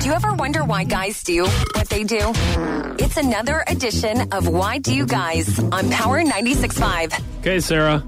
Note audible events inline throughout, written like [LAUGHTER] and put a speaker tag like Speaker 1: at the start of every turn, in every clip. Speaker 1: Do you ever wonder why guys do what they do? It's another edition of Why Do You Guys on Power 96.5.
Speaker 2: Okay, Sarah.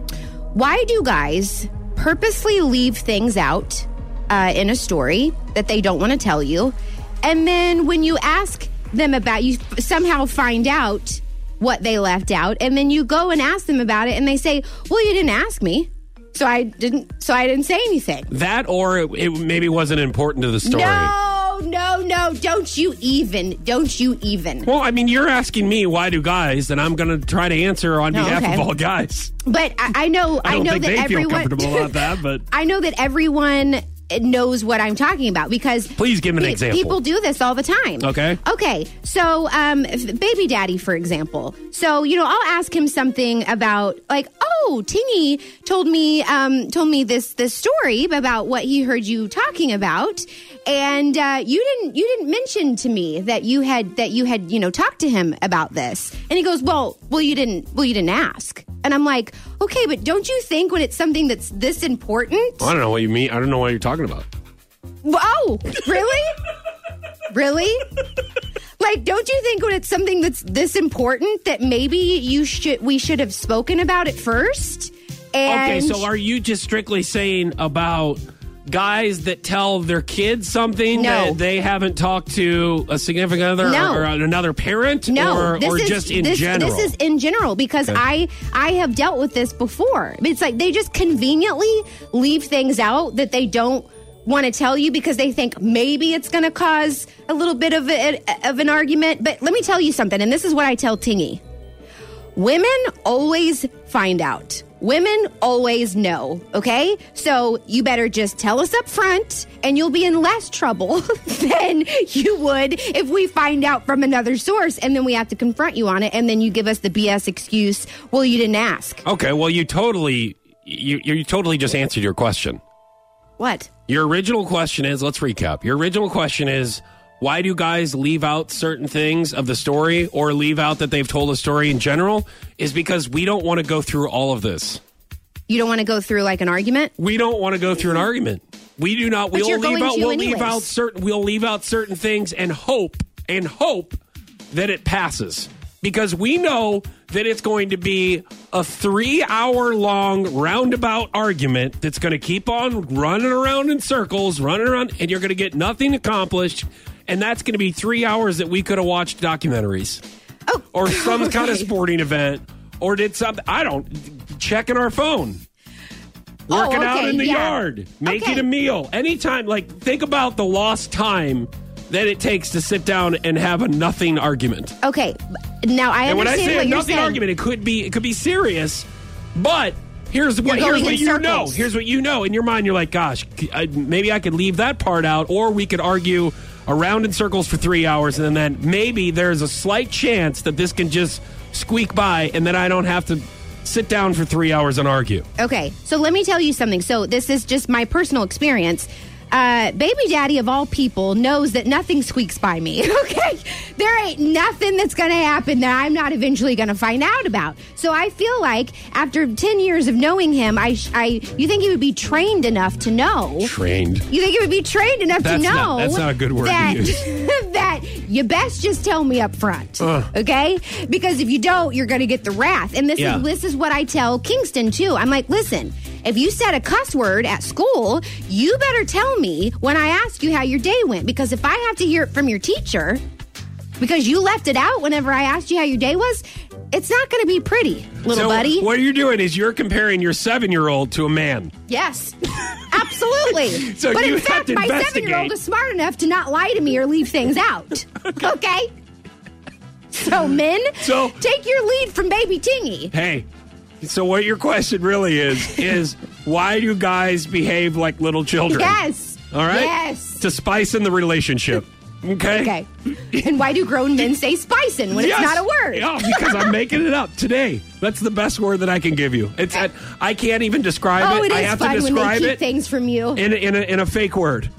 Speaker 3: Why do guys purposely leave things out uh, in a story that they don't want to tell you? And then when you ask them about you somehow find out what they left out and then you go and ask them about it and they say, "Well, you didn't ask me." So I didn't so I didn't say anything.
Speaker 2: That or it, it maybe wasn't important to the story.
Speaker 3: No, no, no. Don't you even. Don't you even.
Speaker 2: Well, I mean, you're asking me why do guys, and I'm going to try to answer on
Speaker 3: No,
Speaker 2: behalf
Speaker 3: okay.
Speaker 2: of all guys.
Speaker 3: But I, I know
Speaker 2: I
Speaker 3: I,
Speaker 2: don't
Speaker 3: know
Speaker 2: think
Speaker 3: that
Speaker 2: they
Speaker 3: everyone
Speaker 2: feel comfortable about that, [LAUGHS] but
Speaker 3: I know that everyone knows what I'm talking about because
Speaker 2: Please give an
Speaker 3: pe-
Speaker 2: example.
Speaker 3: People do this all the time.
Speaker 2: Okay.
Speaker 3: Okay. So, um, if- baby daddy, for example. So, you know, I'll ask him something about like, oh, Tingy told me um, told me this this story about what he heard you talking about, and uh, you didn't you didn't mention to me that you had that you had you know talked to him about this, and he goes, well, well, you didn't well you didn't ask, and I'm like, okay, but don't you think when it's something that's this important?
Speaker 2: I don't know what you mean. I don't know what you're talking about.
Speaker 3: Oh, really? really? Like, don't you think when it's something that's this important that maybe you should we should have spoken about it first? And
Speaker 2: Okay, so are you just strictly saying about guys that tell their kids something
Speaker 3: No.
Speaker 2: that they haven't talked to a significant other
Speaker 3: No.
Speaker 2: or, or another parent?
Speaker 3: no,
Speaker 2: or,
Speaker 3: this
Speaker 2: or
Speaker 3: is
Speaker 2: just in
Speaker 3: this,
Speaker 2: general?
Speaker 3: This is in general because I I have dealt with this before. It's like they just conveniently leave things out that they don't want to tell you because they think maybe it's going to cause a little bit of a, of an argument. But let me tell you something, and this is what I tell Tingy. Women always find out. Women always know, okay? So you better just tell us up front and you'll be in less trouble [LAUGHS] than you would if we find out from another source and then we have to confront you on it and then you give us the BS excuse, well, you didn't ask.
Speaker 2: okay, well, you totally, you, you totally just answered your question.
Speaker 3: What?
Speaker 2: Your original question is let's recap. Your original question is why do guys leave out certain things of the story or leave out that they've told a story in general? Is because we don't want to go through all of this.
Speaker 3: You don't want to go through like an argument?
Speaker 2: We don't want to go through an argument. We do not.
Speaker 3: Mm-hmm. you're
Speaker 2: We'll leave
Speaker 3: going
Speaker 2: out.
Speaker 3: to
Speaker 2: We'll leave
Speaker 3: anyways.
Speaker 2: out certain. We'll leave out certain things and hope and hope that it passes because we know that it's going to be a three-hour-long roundabout argument that's going to keep on running around in circles, running around, and you're going to get nothing accomplished. And that's going to be three hours that we could have watched documentaries
Speaker 3: Oh,
Speaker 2: or some kind of
Speaker 3: [LAUGHS] okay.
Speaker 2: sporting event or did something. I don't checking our phone working
Speaker 3: Oh,
Speaker 2: out
Speaker 3: okay,
Speaker 2: in the
Speaker 3: yeah.
Speaker 2: yard, making
Speaker 3: Okay.
Speaker 2: a meal. Anytime, like, think about the lost time that it takes to sit down and have a nothing argument.
Speaker 3: Okay. Now I
Speaker 2: And when I
Speaker 3: understand
Speaker 2: say a
Speaker 3: what you're
Speaker 2: nothing
Speaker 3: saying.
Speaker 2: argument, it could be it could be serious, but here's what
Speaker 3: You're
Speaker 2: here's
Speaker 3: going
Speaker 2: what
Speaker 3: in
Speaker 2: you know.
Speaker 3: circles.
Speaker 2: Here's what you know in your mind. You're like, gosh, c- I- maybe I could leave that part out, or we could argue around in circles for three hours, and then that maybe there's a slight chance that this can just squeak by, and then I don't have to sit down for three hours and argue.
Speaker 3: Okay, so let me tell you something. So this is just my personal experience. Uh, baby daddy of all people knows that nothing squeaks by me. [LAUGHS] Okay, there ain't nothing that's gonna happen that I'm not eventually gonna find out about. So I feel like after ten years of knowing him, I, sh- I, you think he would be trained enough to know?
Speaker 2: Trained.
Speaker 3: You think it would be trained enough
Speaker 2: That's
Speaker 3: to know?
Speaker 2: not- that's not a good word to
Speaker 3: That,
Speaker 2: use.
Speaker 3: [LAUGHS] that you best just tell me up front, okay? Because if you don't, you're going to get the wrath. And this
Speaker 2: Yeah.
Speaker 3: is this is what I tell Kingston too. I'm like, listen, if you said a cuss word at school, you better tell me when I ask you how your day went. Because if I have to hear it from your teacher, because you left it out whenever I asked you how your day was, it's not going to be pretty, little
Speaker 2: so
Speaker 3: buddy.
Speaker 2: What you're doing is you're comparing your seven year old to a man.
Speaker 3: Yes, absolutely.
Speaker 2: [LAUGHS] So
Speaker 3: but
Speaker 2: you
Speaker 3: in
Speaker 2: have
Speaker 3: fact,
Speaker 2: to
Speaker 3: my
Speaker 2: investigate.
Speaker 3: seven-year-old is smart enough to not lie to me or leave
Speaker 2: [LAUGHS]
Speaker 3: things out. okay. So men,
Speaker 2: So-
Speaker 3: take your lead from Baby Tingy.
Speaker 2: Hey, so what your question really
Speaker 3: [LAUGHS]
Speaker 2: is is why do guys behave like little children?
Speaker 3: Yes.
Speaker 2: All right.
Speaker 3: Yes.
Speaker 2: To spice in the relationship. Okay.
Speaker 3: Okay. and why do grown men say spicing when
Speaker 2: Yes.
Speaker 3: it's not a word?
Speaker 2: Yeah, because I'm making it up today. That's the best word that I can give you. It's I, I can't even describe
Speaker 3: Oh,
Speaker 2: it.
Speaker 3: it
Speaker 2: I
Speaker 3: is
Speaker 2: have
Speaker 3: fun
Speaker 2: to
Speaker 3: when they
Speaker 2: describe
Speaker 3: keep
Speaker 2: it
Speaker 3: things from you.
Speaker 2: in a, in, a, in a fake word.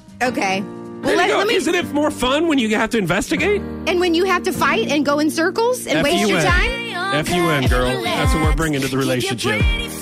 Speaker 2: There
Speaker 3: okay. Well,
Speaker 2: you
Speaker 3: let,
Speaker 2: go.
Speaker 3: let me,
Speaker 2: Isn't it more fun when you have to investigate?
Speaker 3: and when you have to fight and go in circles and waste your
Speaker 2: F-U-N.
Speaker 3: time,
Speaker 2: F-U-N, girl. That's what we're bringing to the relationship.